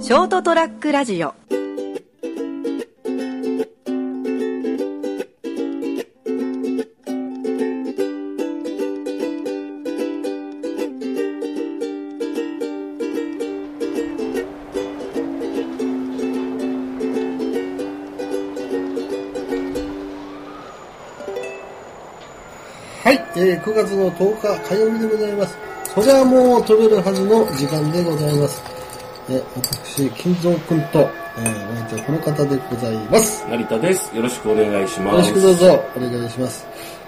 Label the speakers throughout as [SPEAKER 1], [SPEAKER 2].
[SPEAKER 1] ショートトラックラジオ
[SPEAKER 2] はい、えー9月の10日火曜日でございます。それはもう飛べるはずの時間でございます。えー私、金蔵くんと、えー、お相手はこの方でございます。
[SPEAKER 3] 成田です。よろしくお願いします。
[SPEAKER 2] よろしくどうぞお願いします。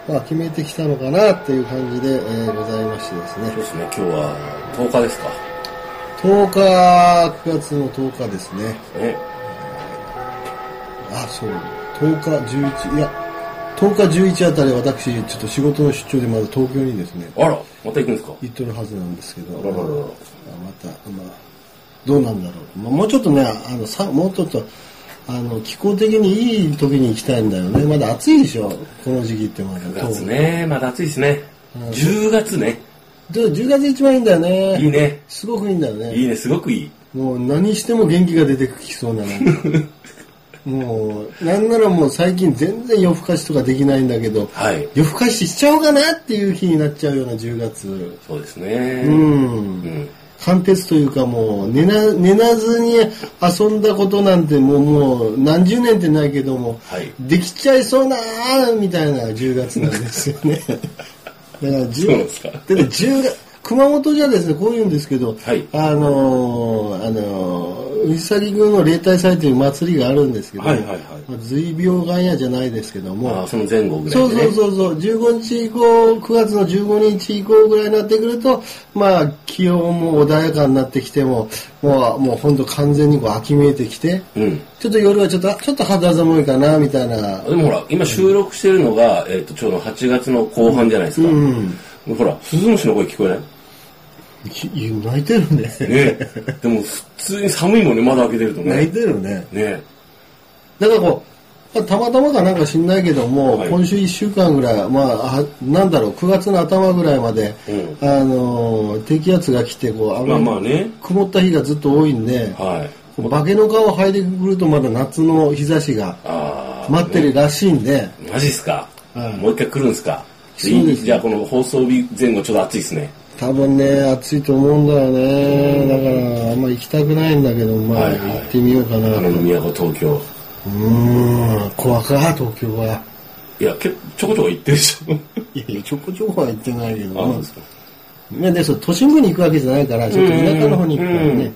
[SPEAKER 2] まあ、決めてきたのかなっていう感じで、えーございましてです
[SPEAKER 3] そう
[SPEAKER 2] ね。
[SPEAKER 3] ですね、今日は10日ですか。
[SPEAKER 2] 10日、9月の10日ですね。
[SPEAKER 3] ね、
[SPEAKER 2] あ、そう。10日、11、いや、10日、11あたり私、ちょっと仕事の出張でまず東京にですね、
[SPEAKER 3] あら、また行くんですか
[SPEAKER 2] 行ってるはずなんですけど、
[SPEAKER 3] あらららら
[SPEAKER 2] あまた、まあ、どうなんだろう。まあ、もうちょっとね、あのさもうちょっとあの気候的にいい時に行きたいんだよね。まだ暑いでしょ、この時期ってまだ。
[SPEAKER 3] ?9 月ね、まだ暑いですね。10月ね、
[SPEAKER 2] どう。10月一番いいんだよね。
[SPEAKER 3] いいね。
[SPEAKER 2] すごくいいんだよね。
[SPEAKER 3] いいね、すごくいい。
[SPEAKER 2] もう何しても元気が出てきそうなの。もう、なんならもう最近全然夜更かしとかできないんだけど、
[SPEAKER 3] はい。
[SPEAKER 2] 夜更かししちゃおうかなっていう日になっちゃうような10月。
[SPEAKER 3] そうですね。
[SPEAKER 2] うん
[SPEAKER 3] う。ん。
[SPEAKER 2] 貫徹というかもう寝な寝なずに遊んだことなんてもうもう何十年ってないけども、
[SPEAKER 3] はい
[SPEAKER 2] できちゃいそうなーみたいな10月なんですよ ねだから10
[SPEAKER 3] そうですか
[SPEAKER 2] だって10月熊本じゃですねこういうんですけど、
[SPEAKER 3] はい
[SPEAKER 2] あのーあのーうさぎ宮の例大祭という祭りがあるんですけど、
[SPEAKER 3] はいはいはい
[SPEAKER 2] まあ随病がんやじゃないですけども、
[SPEAKER 3] まあ、その前後ぐら
[SPEAKER 2] そ
[SPEAKER 3] いうで、ね。
[SPEAKER 2] そうそうそう、15日以降、9月の15日以降ぐらいになってくると、まあ、気温も穏やかになってきても、もう、もう本当完全にこう秋めいてきて、
[SPEAKER 3] うん。
[SPEAKER 2] ちょっと夜はちょっと、ちょっと肌寒いかな、みたいな。
[SPEAKER 3] でもほら、今収録してるのが、えっ、と、ちょうど8月の後半じゃないですか。
[SPEAKER 2] うん。
[SPEAKER 3] ほら、鈴虫の声聞こえ ない
[SPEAKER 2] き泣いてるね。
[SPEAKER 3] ねでも、普通に寒いもんね、窓開けてると
[SPEAKER 2] 泣い
[SPEAKER 3] ね。
[SPEAKER 2] てるね。
[SPEAKER 3] ね
[SPEAKER 2] だからこう、まあたまたまかなんか知んないけども、
[SPEAKER 3] はい
[SPEAKER 2] 今週1週間ぐらい、まあ、あなんだろう、9月の頭ぐらいまで、
[SPEAKER 3] う
[SPEAKER 2] あのー、低気圧が来て、こう、あ
[SPEAKER 3] まあまあね。
[SPEAKER 2] 曇った日がずっと多いんで、
[SPEAKER 3] はい。
[SPEAKER 2] 化けの皮を剥いでくるとまだ夏の日差しが
[SPEAKER 3] あー
[SPEAKER 2] 待ってるらしいんで、
[SPEAKER 3] マジっすか、
[SPEAKER 2] うん
[SPEAKER 3] もう一回来るんすか
[SPEAKER 2] そうですね
[SPEAKER 3] じゃあこの放送日前後ちょっと暑いっすね。
[SPEAKER 2] 多分ね、暑いと思うんだよね。だから、あんま行きたくないんだけど、まあ、
[SPEAKER 3] はいはい
[SPEAKER 2] 行ってみようかな。
[SPEAKER 3] あの、都、東京。
[SPEAKER 2] うーん、怖か、東京は。
[SPEAKER 3] いや、結構ちょこちょこ行ってるでしょ。
[SPEAKER 2] いやいや、ちょこちょこは行ってないけど、ま
[SPEAKER 3] あ、そ
[SPEAKER 2] あ
[SPEAKER 3] うですか。
[SPEAKER 2] いやでそう都心部に行くわけじゃないから、ちょっと田舎の方に行くからね。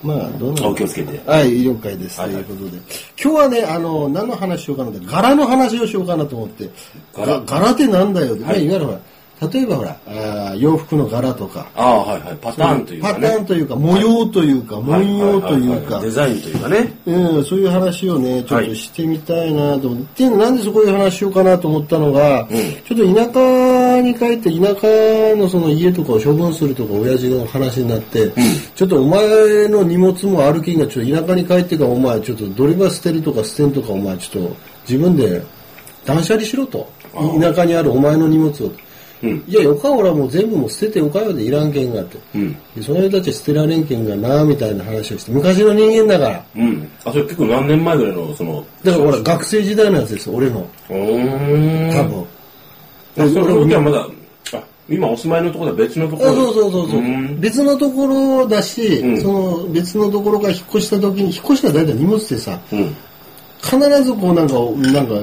[SPEAKER 2] まあ、どうな
[SPEAKER 3] あ
[SPEAKER 2] の
[SPEAKER 3] お気をつけて。
[SPEAKER 2] はい、了解です。
[SPEAKER 3] はいはい
[SPEAKER 2] ということで。今日はね、あの、何の話しようかなって、柄の話をしようかなと思って。
[SPEAKER 3] 柄
[SPEAKER 2] が柄ってなんだよって、ね
[SPEAKER 3] はい
[SPEAKER 2] い、わゆるほら、例えばほら、あー洋服の柄とか、
[SPEAKER 3] ああ、はいはい。パターンという
[SPEAKER 2] パ
[SPEAKER 3] か
[SPEAKER 2] タ
[SPEAKER 3] ね。
[SPEAKER 2] ーンというか、模様というか、
[SPEAKER 3] はい
[SPEAKER 2] 文様という
[SPEAKER 3] はは
[SPEAKER 2] か
[SPEAKER 3] は、デザインというかね。
[SPEAKER 2] うん、そういう話をね、ちょっとしてみたいなと思って、でなんでそこで話しようかなと思ったのが、ちょっと田舎に帰って、田舎のその家とかを処分するとか、親父の話になって、ちょっとお前の荷物も歩きが、ちょっと田舎に帰ってから、お前、ちょっとドリバ捨てるとか捨てんとか、お前、ちょっと自分で断捨離しろと。い田舎にあるお前の荷物を。
[SPEAKER 3] うん。
[SPEAKER 2] いや、よか、俺はもう全部もう捨ててよかよでいらんけんがって。
[SPEAKER 3] うん。
[SPEAKER 2] その人たちは捨てられんけんがな、みたいな話をして、昔の人間だから。
[SPEAKER 3] うん。あ、それ結構何年前ぐらいの、その、
[SPEAKER 2] だから俺学生時代のやつです俺の
[SPEAKER 3] うーん。
[SPEAKER 2] 多分、
[SPEAKER 3] あ。その時はまだ、あ、今お住まいのところは別のところ
[SPEAKER 2] あそうそうそうそう、
[SPEAKER 3] ん
[SPEAKER 2] 別のところだし、
[SPEAKER 3] うん
[SPEAKER 2] その別のところから引っ越した時に引っ越したら大体荷物ってさ
[SPEAKER 3] うん。
[SPEAKER 2] 必ずこうなんかなんか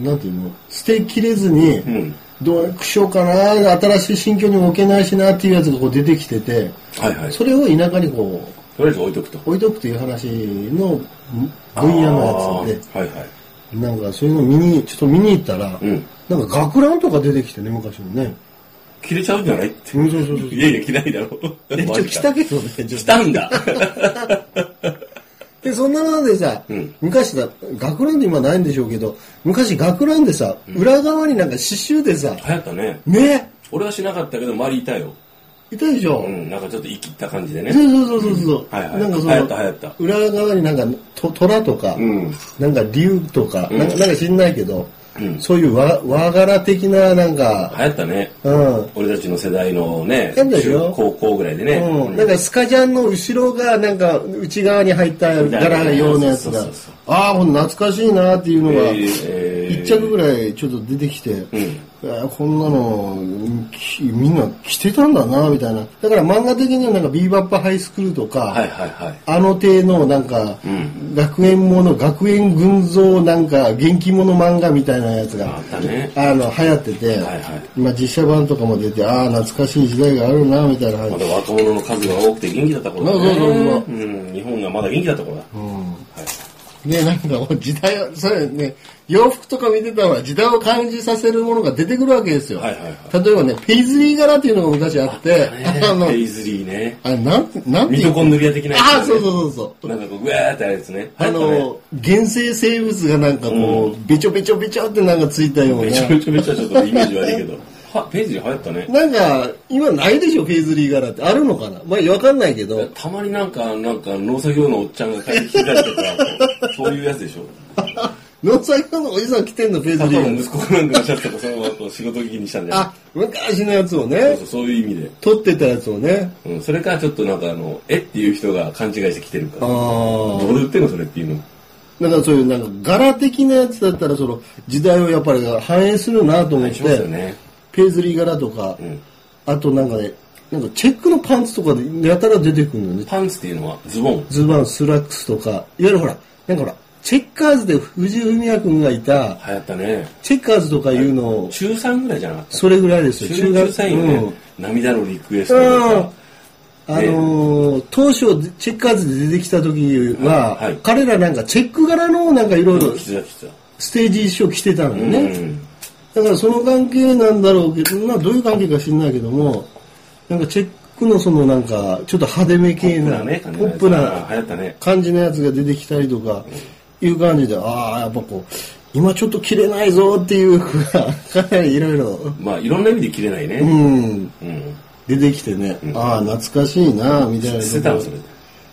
[SPEAKER 2] なんていうの捨てきれずに、
[SPEAKER 3] うん。
[SPEAKER 2] どうしようかな新しい新居にも置けないしなっていうやつがこう出てきてて
[SPEAKER 3] はいはい。と
[SPEAKER 2] それを田舎にこう
[SPEAKER 3] りあえず置いとくと。
[SPEAKER 2] 置いとくという話の分野のやつ
[SPEAKER 3] あーはいはい。
[SPEAKER 2] でなんかそういうの見にちょっと見に行ったら、
[SPEAKER 3] うん。
[SPEAKER 2] なんか学ランとか出てきてね昔のね
[SPEAKER 3] 切れちゃうんじゃないって。
[SPEAKER 2] うんそうそうそうそう
[SPEAKER 3] いやいや、着ないだろう。
[SPEAKER 2] え、ち
[SPEAKER 3] マ
[SPEAKER 2] ょ、
[SPEAKER 3] ジ
[SPEAKER 2] 来
[SPEAKER 3] か
[SPEAKER 2] たけどね、ちょ
[SPEAKER 3] 来たんだ。
[SPEAKER 2] で、そんなのでさ、
[SPEAKER 3] うん
[SPEAKER 2] 昔だ、学ランで今ないんでしょうけど、昔学ランでさ、裏側になんか刺繍でさ、
[SPEAKER 3] 流行ったね。
[SPEAKER 2] ね、
[SPEAKER 3] 俺はしなかったけど、周りいたよ。
[SPEAKER 2] いたでしょ、
[SPEAKER 3] うん、なんかちょっと生きった感じで
[SPEAKER 2] そう
[SPEAKER 3] ね。
[SPEAKER 2] そうそうそうそう。
[SPEAKER 3] はいはい
[SPEAKER 2] なんかそ
[SPEAKER 3] 流行った流行った
[SPEAKER 2] の、裏側になんか、と虎とか、
[SPEAKER 3] うん。
[SPEAKER 2] なんか竜とか、なんか、なんか知んないけど、そういう和和柄的ななんか、
[SPEAKER 3] 流行ったね。
[SPEAKER 2] うん、
[SPEAKER 3] 俺たちの世代のね、
[SPEAKER 2] 変だよ
[SPEAKER 3] 中高校ぐらいでね。
[SPEAKER 2] うん、なんかスカジャンの後ろがなんか内側に入った柄用のやつが
[SPEAKER 3] そうそうそう、
[SPEAKER 2] ああ、この懐かしいなっていうのが、
[SPEAKER 3] えー
[SPEAKER 2] 一着ぐらいちょっと出てきて、あーこんなのきみんな着てたんだなみたいな。だから漫画的にはなんかビーバップハイスクールとか、
[SPEAKER 3] はいはいはい。
[SPEAKER 2] あの手のなんか、
[SPEAKER 3] ん
[SPEAKER 2] 学園もの、学園群像なんか、元気もの漫画みたいなやつが
[SPEAKER 3] あったね
[SPEAKER 2] あの、流行ってて、
[SPEAKER 3] はいはい
[SPEAKER 2] 今実写版とかも出て、ああ、懐かしい時代があるな、みたいな話
[SPEAKER 3] まだ若者の数が多くて元気だった頃だね。
[SPEAKER 2] そうそうそうそ
[SPEAKER 3] ん、日本がまだ元気だった頃だ。
[SPEAKER 2] ね、なんかもう時代を、それね、洋服とか見てたら時代を感じさせるものが出てくるわけですよ。
[SPEAKER 3] はいはいはい
[SPEAKER 2] 例えばね、ペイズリー柄っていうのが昔あって、あ
[SPEAKER 3] ね
[SPEAKER 2] の
[SPEAKER 3] ペ、イズリーね。
[SPEAKER 2] あれ、なん、なんて
[SPEAKER 3] ミ
[SPEAKER 2] いう
[SPEAKER 3] トコンドリア的なやつ、ね。
[SPEAKER 2] ああ、そうそうそうそう。
[SPEAKER 3] なんかこう、ぐわーってあるやつね。
[SPEAKER 2] あ
[SPEAKER 3] 流行っ
[SPEAKER 2] の、原生生物がなんかこう、べちょべちょべちょってなんかついたよう
[SPEAKER 3] たね、
[SPEAKER 2] な
[SPEAKER 3] め。ちゃめちゃめちゃちょっとイメージ悪いけど。は、ペイズリー流行ったね。
[SPEAKER 2] なんか、今ないでしょ、ペイズリー柄って。あるのかなまあ、わかんないけど。
[SPEAKER 3] たまになんか、なんか農作業のおっちゃんが帰ってきてたりとか、そういうやつでし ょ。
[SPEAKER 2] 農作業のおじさん着てんの、ペイズ
[SPEAKER 3] 多
[SPEAKER 2] リ
[SPEAKER 3] 分
[SPEAKER 2] ー
[SPEAKER 3] 息子かなんかのシャツとかそのままこう仕事着にしたんじゃ
[SPEAKER 2] 柄。
[SPEAKER 3] ない
[SPEAKER 2] あ、昔のやつを
[SPEAKER 3] そう
[SPEAKER 2] ね
[SPEAKER 3] そ、う、そういう意味で。
[SPEAKER 2] 撮ってたやつをね。
[SPEAKER 3] うん、それかちょっとなんかあの、えっていう人が勘違いしてきてるから。
[SPEAKER 2] ああ。
[SPEAKER 3] どこで売ってんのそれっていうの。
[SPEAKER 2] だからそういうなんか柄的なやつだったらその時代をやっぱり反映するなと思っ、
[SPEAKER 3] してますよね。
[SPEAKER 2] ペイズリー柄とか、
[SPEAKER 3] うん。
[SPEAKER 2] あとなんかね、なんかチェックのパンツとかでやたら出てくるのね。
[SPEAKER 3] パンツっていうのはズボン。
[SPEAKER 2] ズバン、スラックスとか、いわゆるほら、なんかほら、チェッカーズで藤井文也君がいた、
[SPEAKER 3] 流行ったね。
[SPEAKER 2] チェッカーズとかいうのを、
[SPEAKER 3] 中3ぐらいじゃなかった
[SPEAKER 2] それぐらいですよ。
[SPEAKER 3] 中学生よね、
[SPEAKER 2] うん
[SPEAKER 3] 涙のリクエストとか、
[SPEAKER 2] あのー当初チェッカーズで出てきた時は、
[SPEAKER 3] はいはい
[SPEAKER 2] 彼らなんかチェック柄のなんかいろいろ
[SPEAKER 3] きつだきつだ。
[SPEAKER 2] ステージ衣装着てたのよね。
[SPEAKER 3] うん。
[SPEAKER 2] だからその関係なんだろうけど、まあどういう関係か知んないけども、なんかチェックのそのなんか、ちょっと派手め系な、
[SPEAKER 3] ポップなね感じ
[SPEAKER 2] ポ
[SPEAKER 3] のや
[SPEAKER 2] ッ
[SPEAKER 3] つ
[SPEAKER 2] プ
[SPEAKER 3] あ流行った
[SPEAKER 2] な
[SPEAKER 3] ね
[SPEAKER 2] 感じのやつが出てきたりとか、いう感じで、ああ、やっぱこう、今ちょっと着れないぞっていう 服が、かなりいろいろ、
[SPEAKER 3] まあ、いろんな意味で着れないう
[SPEAKER 2] ん、
[SPEAKER 3] ね。うん。
[SPEAKER 2] 出てきてね、ああ、懐かしいな、みたいな。
[SPEAKER 3] 捨てたのそれで。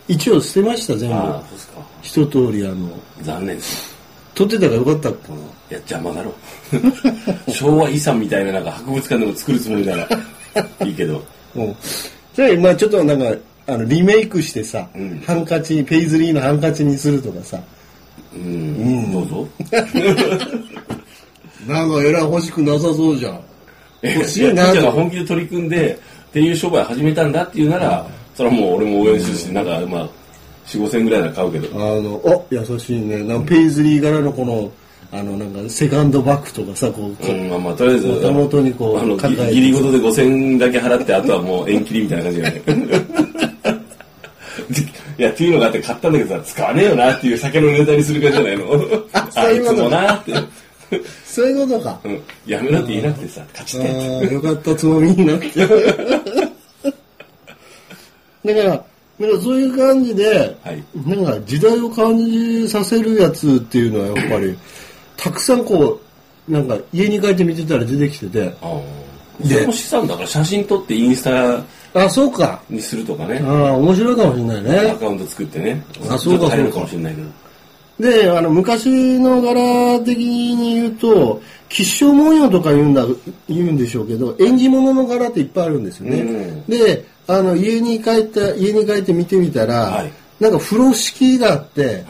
[SPEAKER 2] 一応捨てました、全部。
[SPEAKER 3] ああ、そうですか。
[SPEAKER 2] 一通り、あの、
[SPEAKER 3] 残念です。
[SPEAKER 2] 撮ってたからよかったかな。
[SPEAKER 3] いや、邪魔だろ。 昭和遺産みたいな、なんか博物館でも作るつもりなら、いいけど。
[SPEAKER 2] うんじゃあ、まあちょっとなんか、あの、リメイクしてさ、
[SPEAKER 3] うん
[SPEAKER 2] ハンカチ、ペイズリーのハンカチにするとかさ、
[SPEAKER 3] うん。どうぞ。
[SPEAKER 2] なんかえらい欲しくなさそうじゃん。欲しい
[SPEAKER 3] いや
[SPEAKER 2] な
[SPEAKER 3] ピッチャー
[SPEAKER 2] と。
[SPEAKER 3] が本気で取り組んで、っていう商売始めたんだっていうなら、それはもう俺も応援するし、なんか、まあ、4、5千円ぐらいなら買うけ
[SPEAKER 2] あ
[SPEAKER 3] ど。
[SPEAKER 2] の、お、優しいね。なんかペイズリー柄のこの、あの、なんか、セカンドバッグとかさ、こう、
[SPEAKER 3] うん、まあまあ、とりあえず、
[SPEAKER 2] 手元にこう
[SPEAKER 3] あの、
[SPEAKER 2] 抱えて
[SPEAKER 3] ぎギリごとで5000円だけ払って、あとはもう縁切りみたいな感じがね。 いや、っていうのがあって買ったんだけどさ、使わねえよなっていう酒のネタにするからじゃないの。
[SPEAKER 2] あ そ
[SPEAKER 3] あ
[SPEAKER 2] うい
[SPEAKER 3] いうつ
[SPEAKER 2] こと
[SPEAKER 3] もなって。
[SPEAKER 2] そういうことか。
[SPEAKER 3] うん、やめろって言えなくてさ、勝ち
[SPEAKER 2] あ
[SPEAKER 3] って。
[SPEAKER 2] あ、よかったつまみにな って。だから、なんかそういう感じで、
[SPEAKER 3] はい
[SPEAKER 2] なんか時代を感じさせるやつっていうのはやっぱり、たくさんこう、なんか家に帰って見てたら出てきてて、
[SPEAKER 3] あーそれも資産だから写真撮ってインスタ
[SPEAKER 2] あ、そうか。
[SPEAKER 3] にするとかね
[SPEAKER 2] あ。あ、面白いかもしれない
[SPEAKER 3] ア
[SPEAKER 2] ね。
[SPEAKER 3] カウント作ってね。
[SPEAKER 2] あそうか
[SPEAKER 3] ちょっと入るかもしれないけど。
[SPEAKER 2] で、あの、昔の柄的に言うと、吉祥文様とか言うんだ、言うんでしょうけど、縁起物の柄っていっぱいあるんですよね。
[SPEAKER 3] うん
[SPEAKER 2] で、あの、家に帰った、家に帰って見てみたら、
[SPEAKER 3] はい
[SPEAKER 2] なんか風呂敷があって、
[SPEAKER 3] はい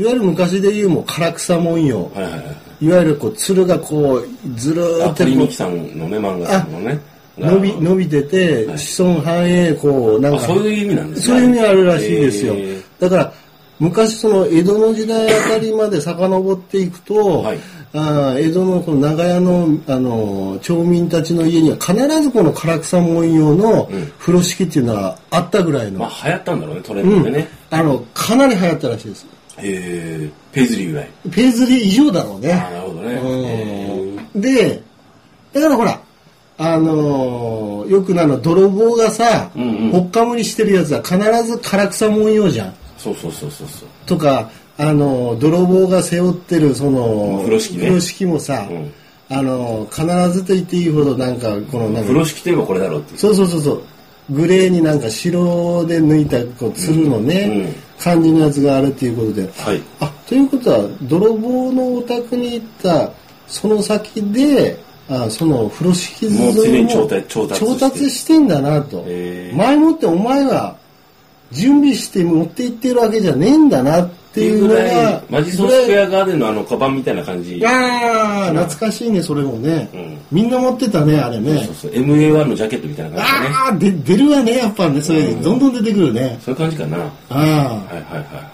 [SPEAKER 2] いわゆる昔で言うもう唐草文様、
[SPEAKER 3] はい。はいはいはい。
[SPEAKER 2] いわゆるこう、鶴がこう、ずるー
[SPEAKER 3] あ、
[SPEAKER 2] ってこ
[SPEAKER 3] 鳥
[SPEAKER 2] う
[SPEAKER 3] 美紀さんのね、漫画さんのね。
[SPEAKER 2] 伸び、伸びてて、
[SPEAKER 3] はい
[SPEAKER 2] 子孫繁栄、こう、なん
[SPEAKER 3] あ、
[SPEAKER 2] か、
[SPEAKER 3] そういう意味なんです
[SPEAKER 2] そ
[SPEAKER 3] ね
[SPEAKER 2] ういう意味あるらしいですよ
[SPEAKER 3] へー。
[SPEAKER 2] だから、昔その江戸の時代あたりまで遡っていくと、
[SPEAKER 3] はい
[SPEAKER 2] あー江戸のこの長屋のあの町民たちの家には必ずこの唐草文様の風呂敷っていうのはあったぐらいの、
[SPEAKER 3] まあ流行ったんだろうね、トレンドでね。
[SPEAKER 2] あの、かなり流行ったらしいです。
[SPEAKER 3] えー、ペイズリーぐらい。
[SPEAKER 2] ペイズリー以上だろうね。
[SPEAKER 3] あーなるほどね。え
[SPEAKER 2] うんで、だからほら、あのーよくなの泥棒がさ、
[SPEAKER 3] うんうん
[SPEAKER 2] ほっかむりしてるやつは必ず唐草文様じゃん。
[SPEAKER 3] ーそうそうそうそうそう。
[SPEAKER 2] とか、あの、泥棒が背負ってる、その、
[SPEAKER 3] 風呂敷ね
[SPEAKER 2] もさ、
[SPEAKER 3] うん
[SPEAKER 2] あの、必ずと言っていいほど、なんか、この、なんか、
[SPEAKER 3] 風呂敷といえばこれだろうっていう。
[SPEAKER 2] そうそうそうそう、グレーになんか白で抜いた、こう、つるのね、
[SPEAKER 3] うんうん
[SPEAKER 2] 感じのやつがあるっていうことで、
[SPEAKER 3] はい。
[SPEAKER 2] あ、ということは、泥棒のお宅に行った、その先で、あその風呂敷
[SPEAKER 3] もうすでに調
[SPEAKER 2] を
[SPEAKER 3] 達調達して
[SPEAKER 2] 調達してんだなと
[SPEAKER 3] へ。ー
[SPEAKER 2] 前もってお前は準備して持って行ってるわけじゃねえんだなっ
[SPEAKER 3] って
[SPEAKER 2] て
[SPEAKER 3] い
[SPEAKER 2] いうう
[SPEAKER 3] ぐ
[SPEAKER 2] の
[SPEAKER 3] らい
[SPEAKER 2] が、、
[SPEAKER 3] マジソンスクエアガーデンのあの、カバンみたいな感じ。
[SPEAKER 2] ああ、懐かしいね、それもね、
[SPEAKER 3] うん
[SPEAKER 2] みんな持ってたね、あれね。
[SPEAKER 3] そうそう、MA1 のジャケットみたいな感じだね。
[SPEAKER 2] ああ、で出るわね、やっぱね、それ、
[SPEAKER 3] うん
[SPEAKER 2] どんどん出てくるね。
[SPEAKER 3] そういう感じかな。は
[SPEAKER 2] あ
[SPEAKER 3] いはいはいはい。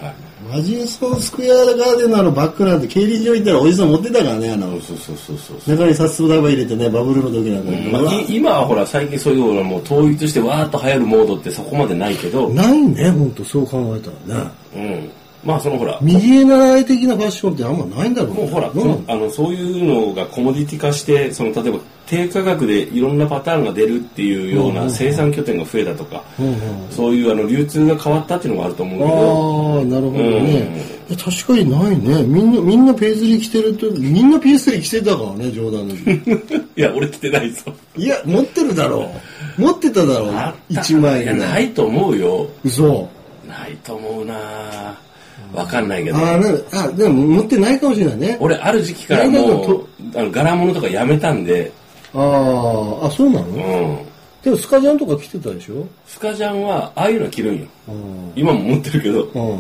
[SPEAKER 2] あ、マジソンスクエアガーデンのあのバックなんて、競輪場行ったらおじさん持ってたからね、あの、
[SPEAKER 3] そうそうそうそうそう。
[SPEAKER 2] 中に札束束入れてね、バブルの時なんかに、
[SPEAKER 3] ま
[SPEAKER 2] うわ
[SPEAKER 3] あ、い今はほら最近そういうのはもう統一してわーっと流行るモードってそこまでないけど、うん、
[SPEAKER 2] ないね、ほんと、そう考えたらね。
[SPEAKER 3] まあそのほら、も
[SPEAKER 2] 右へ習い的なファッションってあんまないんだろうね
[SPEAKER 3] うほら、
[SPEAKER 2] どうなんだ
[SPEAKER 3] あのそういうのがコモディティ化して、その例えば低価格でいろんなパターンが出るっていうような生産拠点が増えたとか、
[SPEAKER 2] うんうん
[SPEAKER 3] そういうあの流通が変わったっていうのもあると思うけ
[SPEAKER 2] あ
[SPEAKER 3] ど、
[SPEAKER 2] あ、なるほど
[SPEAKER 3] うん
[SPEAKER 2] ね。いや確かにないね。みんな、みんなペイズリー着てると、みんなペイズリー着てたからね、冗談で。
[SPEAKER 3] いや、俺着てないぞ。
[SPEAKER 2] いや、持ってるだろう。持ってただろう
[SPEAKER 3] あ。った
[SPEAKER 2] 1枚
[SPEAKER 3] い
[SPEAKER 2] ぐ
[SPEAKER 3] や、
[SPEAKER 2] ら。
[SPEAKER 3] ないいと思うよ。
[SPEAKER 2] 嘘。
[SPEAKER 3] ないと思うなわかんないけど。
[SPEAKER 2] ああ、なんあ、でも持ってないかもしれないね。
[SPEAKER 3] 俺、ある時期から
[SPEAKER 2] ないな
[SPEAKER 3] も
[SPEAKER 2] と
[SPEAKER 3] う、あの柄物とかやめたんで、
[SPEAKER 2] ああ、あ、そうな
[SPEAKER 3] う
[SPEAKER 2] の
[SPEAKER 3] ん。
[SPEAKER 2] でもスカジャンとか着てたでしょ
[SPEAKER 3] スカジャンは、ああいうの着るんよ。
[SPEAKER 2] うん。
[SPEAKER 3] 今も持ってるけど、
[SPEAKER 2] うん。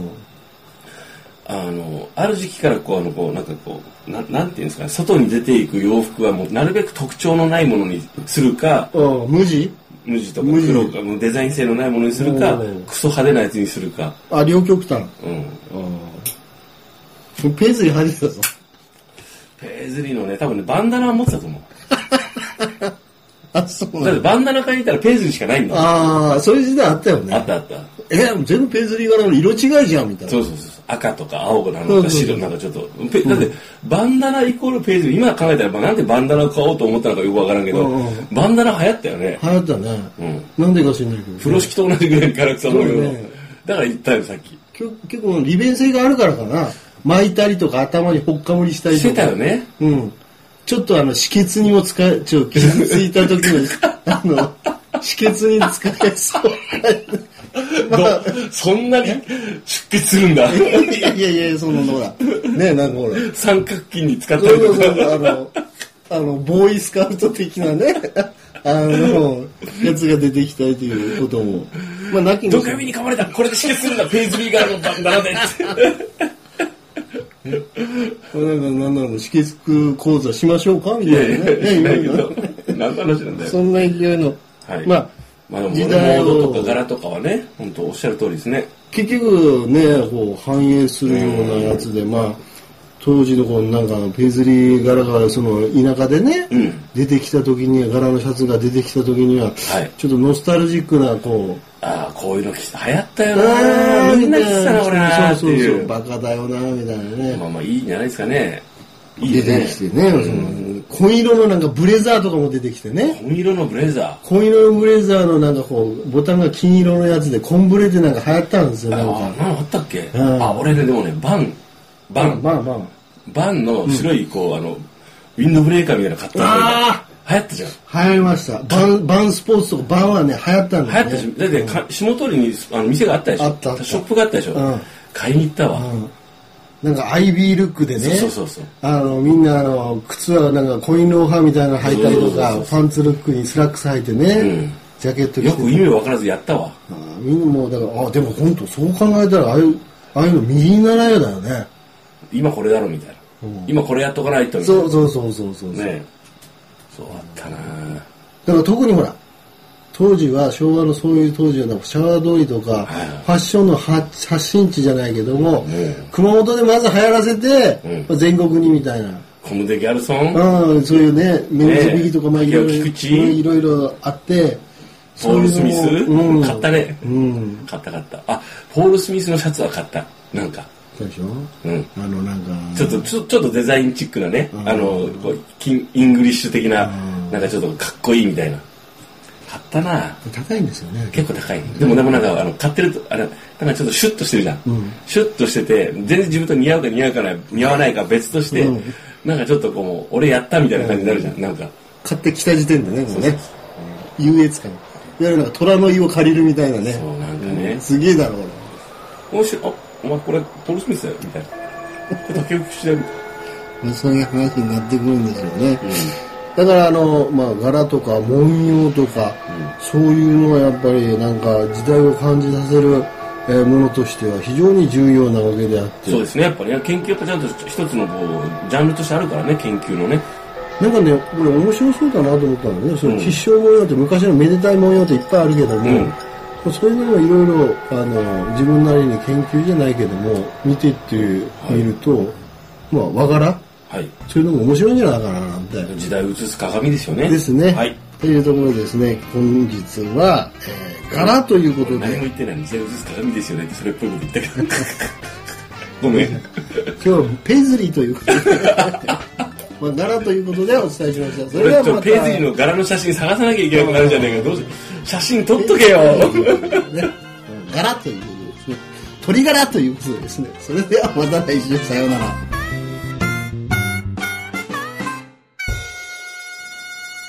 [SPEAKER 3] あの、ある時期からこう、あの、こう、なんかこう、ななんていうんですかね、外に出ていく洋服はもう、なるべく特徴のないものにするか、
[SPEAKER 2] ああ、無地
[SPEAKER 3] 無地とか
[SPEAKER 2] 無地
[SPEAKER 3] 黒か、もうデザイン性のないものにするか
[SPEAKER 2] うん、
[SPEAKER 3] クソ派手なやつにするか、
[SPEAKER 2] あ、両極端。あ
[SPEAKER 3] うん。
[SPEAKER 2] あ。ペイズリー入ってたぞ。
[SPEAKER 3] ペーズリーのね、多分ね、バンダナは持ってたと思う。
[SPEAKER 2] あ、そう
[SPEAKER 3] だ
[SPEAKER 2] な
[SPEAKER 3] っ
[SPEAKER 2] の
[SPEAKER 3] てバンダナ買いに行ったらペーズリーしかないんだもん
[SPEAKER 2] ああ、そういう時代あったよ
[SPEAKER 3] あっ
[SPEAKER 2] ね。
[SPEAKER 3] たあった。
[SPEAKER 2] え、全部ペイズリー柄の色違いじゃん、みたい
[SPEAKER 3] そ
[SPEAKER 2] な。
[SPEAKER 3] うそうそうそう。赤とか青なのか
[SPEAKER 2] そうそうそ
[SPEAKER 3] 白
[SPEAKER 2] う
[SPEAKER 3] なんかちょっと。ペだって、バンダナイコールページリー、今考えたら、まあ、なんでバンダナを買おうと思ったのかよくわからんけど、
[SPEAKER 2] うんうん
[SPEAKER 3] バンダナ流行ったよね。
[SPEAKER 2] 流行ったね。
[SPEAKER 3] うん。
[SPEAKER 2] なんでか知んないけどね。
[SPEAKER 3] 風呂敷と同じぐらいの軽さのよう
[SPEAKER 2] そう
[SPEAKER 3] な
[SPEAKER 2] ね。
[SPEAKER 3] だから言ったよ、さっき。
[SPEAKER 2] 結結構利便性があるからかな巻いたりとか頭にほっかむりしたり
[SPEAKER 3] し
[SPEAKER 2] とか
[SPEAKER 3] てたよね。
[SPEAKER 2] うんちょっとあの止血にも使えちょっと傷ついた時の あの止血に使えそうなまあ
[SPEAKER 3] どそんなに出血するんだ。
[SPEAKER 2] いやいやいやそのほらねなんかほら
[SPEAKER 3] 三角筋に使った
[SPEAKER 2] そ
[SPEAKER 3] り
[SPEAKER 2] うそ
[SPEAKER 3] と
[SPEAKER 2] うそうあ
[SPEAKER 3] か。
[SPEAKER 2] のあのボーイスカウト的なね あのやつが出てきたりということもまあなきに
[SPEAKER 3] ド
[SPEAKER 2] し
[SPEAKER 3] カ
[SPEAKER 2] も
[SPEAKER 3] ミに噛まれたこれで止血するんだページリー側のバンダナで
[SPEAKER 2] なんかなんだろう止血講座しましょうかみ
[SPEAKER 3] い
[SPEAKER 2] た
[SPEAKER 3] やい
[SPEAKER 2] いな
[SPEAKER 3] や、
[SPEAKER 2] ね
[SPEAKER 3] しないけ
[SPEAKER 2] 今の
[SPEAKER 3] ど。何の話なんだよ。
[SPEAKER 2] そんな勢いの、
[SPEAKER 3] はい。
[SPEAKER 2] まあ、
[SPEAKER 3] まあでも、モ
[SPEAKER 2] 時代を
[SPEAKER 3] ードとか柄とかはね、本当おっしゃる通りですね。
[SPEAKER 2] 結局ね、こう反映するようなやつで、まあ、当時のこうなんかペイズリー柄がその田舎でね、
[SPEAKER 3] うん
[SPEAKER 2] 出てきた時には柄のシャツが出てきた時には、
[SPEAKER 3] はい
[SPEAKER 2] ちょっとノスタルジックなこう。
[SPEAKER 3] ああ、こういうの着て流行ったよ
[SPEAKER 2] あ
[SPEAKER 3] な
[SPEAKER 2] ー
[SPEAKER 3] みんな着てたな、俺なって
[SPEAKER 2] そうそう
[SPEAKER 3] い。
[SPEAKER 2] そうう、バカだよな、みたいなね。
[SPEAKER 3] まあまあ、いいんじゃないですかね。いい
[SPEAKER 2] 出て
[SPEAKER 3] ね。
[SPEAKER 2] きてね、その紺色のなんかブレザーとかも出てきてね。
[SPEAKER 3] 紺色のブレザ
[SPEAKER 2] 紺色のブレザーのなんかこう、ボタンが金色のやつで、コンブレでなんか流行ったんですよ、
[SPEAKER 3] ー。あ
[SPEAKER 2] なん
[SPEAKER 3] あ
[SPEAKER 2] か、。
[SPEAKER 3] なんかあったっけ
[SPEAKER 2] うん
[SPEAKER 3] あ、俺ね、でもね、バン、バン、
[SPEAKER 2] まあまあ。
[SPEAKER 3] バンの白い、こう、あの、ウィンドブレーカーみたいなの買ったの
[SPEAKER 2] あ
[SPEAKER 3] 流行ったじゃん。
[SPEAKER 2] 流行りました。バン、バンスポーツとかバンはね、流行ったん
[SPEAKER 3] 流
[SPEAKER 2] だよ
[SPEAKER 3] 行
[SPEAKER 2] ね。
[SPEAKER 3] ったし、だってか、下通りにあの店があったでしょ。
[SPEAKER 2] あったあった
[SPEAKER 3] ショップがあったでしょ。
[SPEAKER 2] うん
[SPEAKER 3] 買いに行ったわ。
[SPEAKER 2] うん。なんかアイビールックでね。
[SPEAKER 3] そうそうそう。
[SPEAKER 2] あの、みんなあの、靴はなんかコインローファーみたいなの履いたりと
[SPEAKER 3] そうそうそうそ
[SPEAKER 2] か
[SPEAKER 3] う、
[SPEAKER 2] パンツルックにスラックス履いてね、
[SPEAKER 3] うん
[SPEAKER 2] ジャケット着て。
[SPEAKER 3] よく意味わからずやったわ。
[SPEAKER 2] あーみんなもう、だから、あ、でも本当そう考えたら、ああいう、ああいうの右習いだよね。
[SPEAKER 3] 今これだろみたいな、今これやっとかないとみたいな
[SPEAKER 2] そうそうそうそうそう。
[SPEAKER 3] ねそうあったなぁ
[SPEAKER 2] だから特にほら、当時は昭和のそういう当時はなんかシャワー通りとか、
[SPEAKER 3] はいはい
[SPEAKER 2] ファッションの発発信地じゃないけども、
[SPEAKER 3] うん
[SPEAKER 2] 熊本でまず流行らせて、
[SPEAKER 3] うん
[SPEAKER 2] まあ全国にみたいな、
[SPEAKER 3] コムデ・ギャルソン、
[SPEAKER 2] うん、そういうね、メンズビギとか、まあいろい
[SPEAKER 3] 竹
[SPEAKER 2] ろ、
[SPEAKER 3] 尾菊池
[SPEAKER 2] うんいろいろあって、
[SPEAKER 3] ポール・スミス、
[SPEAKER 2] そういうのもうん、
[SPEAKER 3] 買ったね、
[SPEAKER 2] うん、
[SPEAKER 3] 買った買ったあポール・スミスのシャツは買ったなんか
[SPEAKER 2] そうでしょ
[SPEAKER 3] うん
[SPEAKER 2] あのなんか、
[SPEAKER 3] ちょっとちょちょっとデザインチックなね、
[SPEAKER 2] ん
[SPEAKER 3] あのこうキンイングリッシュ的な、
[SPEAKER 2] うん
[SPEAKER 3] なんかちょっとかっこいいみたいな買ったなぁ
[SPEAKER 2] 高いんですよね。
[SPEAKER 3] 結構高いでもでもなんかあの買ってるとあれなんかちょっとシュッとしてるじゃん、
[SPEAKER 2] うん
[SPEAKER 3] シュッとしてて全然自分と似合うか似合うかな似合わないか別として、
[SPEAKER 2] うん
[SPEAKER 3] なんかちょっとこう俺やったみたいな感じになるじゃん、なんか
[SPEAKER 2] 買ってきた時点でね、もう
[SPEAKER 3] そう
[SPEAKER 2] ね、優越感。いわゆるなんか虎の胃を借りるみたいなね。
[SPEAKER 3] そうなんかね
[SPEAKER 2] すげえだろ、俺。
[SPEAKER 3] 「おいしいあお前これポール・スミスだよ」みたいな「これ竹内だよ」みたいな
[SPEAKER 2] まあ、そういう話になってくるんでしょうね。
[SPEAKER 3] うん
[SPEAKER 2] だからあの、まあ、柄とか文様とか、そういうのはやっぱりなんか時代を感じさせる、えーものとしては非常に重要なわけであって
[SPEAKER 3] そうですね、やっぱり、ね、研究やっぱちゃんと一つのこう、ジャンルとしてあるからね、研究のね。
[SPEAKER 2] なんかねこれ面白そうだなと思ったのねその
[SPEAKER 3] うん
[SPEAKER 2] 吉祥文様って昔のめでたい文様っていっぱいあるけども、
[SPEAKER 3] うん
[SPEAKER 2] そういうのもいろいろあの自分なりに研究じゃないけども見てっていう、
[SPEAKER 3] い
[SPEAKER 2] 見ると、まあ、和柄
[SPEAKER 3] はい。
[SPEAKER 2] そういうのも面白いんじゃないかななんて。
[SPEAKER 3] 時代を映す鏡ですよね。
[SPEAKER 2] ですね。
[SPEAKER 3] はい。
[SPEAKER 2] というところでですね、本日は、えー、柄ということ
[SPEAKER 3] 何も
[SPEAKER 2] で、
[SPEAKER 3] 言ってない時代を映す鏡ですよねって、それっぽいこと言ったけど。ごめん。
[SPEAKER 2] 今日はペズリということで、 まあ、柄ということでお伝えしました。それ
[SPEAKER 3] 俺
[SPEAKER 2] で
[SPEAKER 3] ちょ
[SPEAKER 2] はま
[SPEAKER 3] っと
[SPEAKER 2] た、
[SPEAKER 3] ページの柄の写真探さなきゃいけなくなるじゃないか。どうし写真撮っとけよ。
[SPEAKER 2] ねうん柄ということですね。鳥柄ということですね。それではまた来週、さようなら。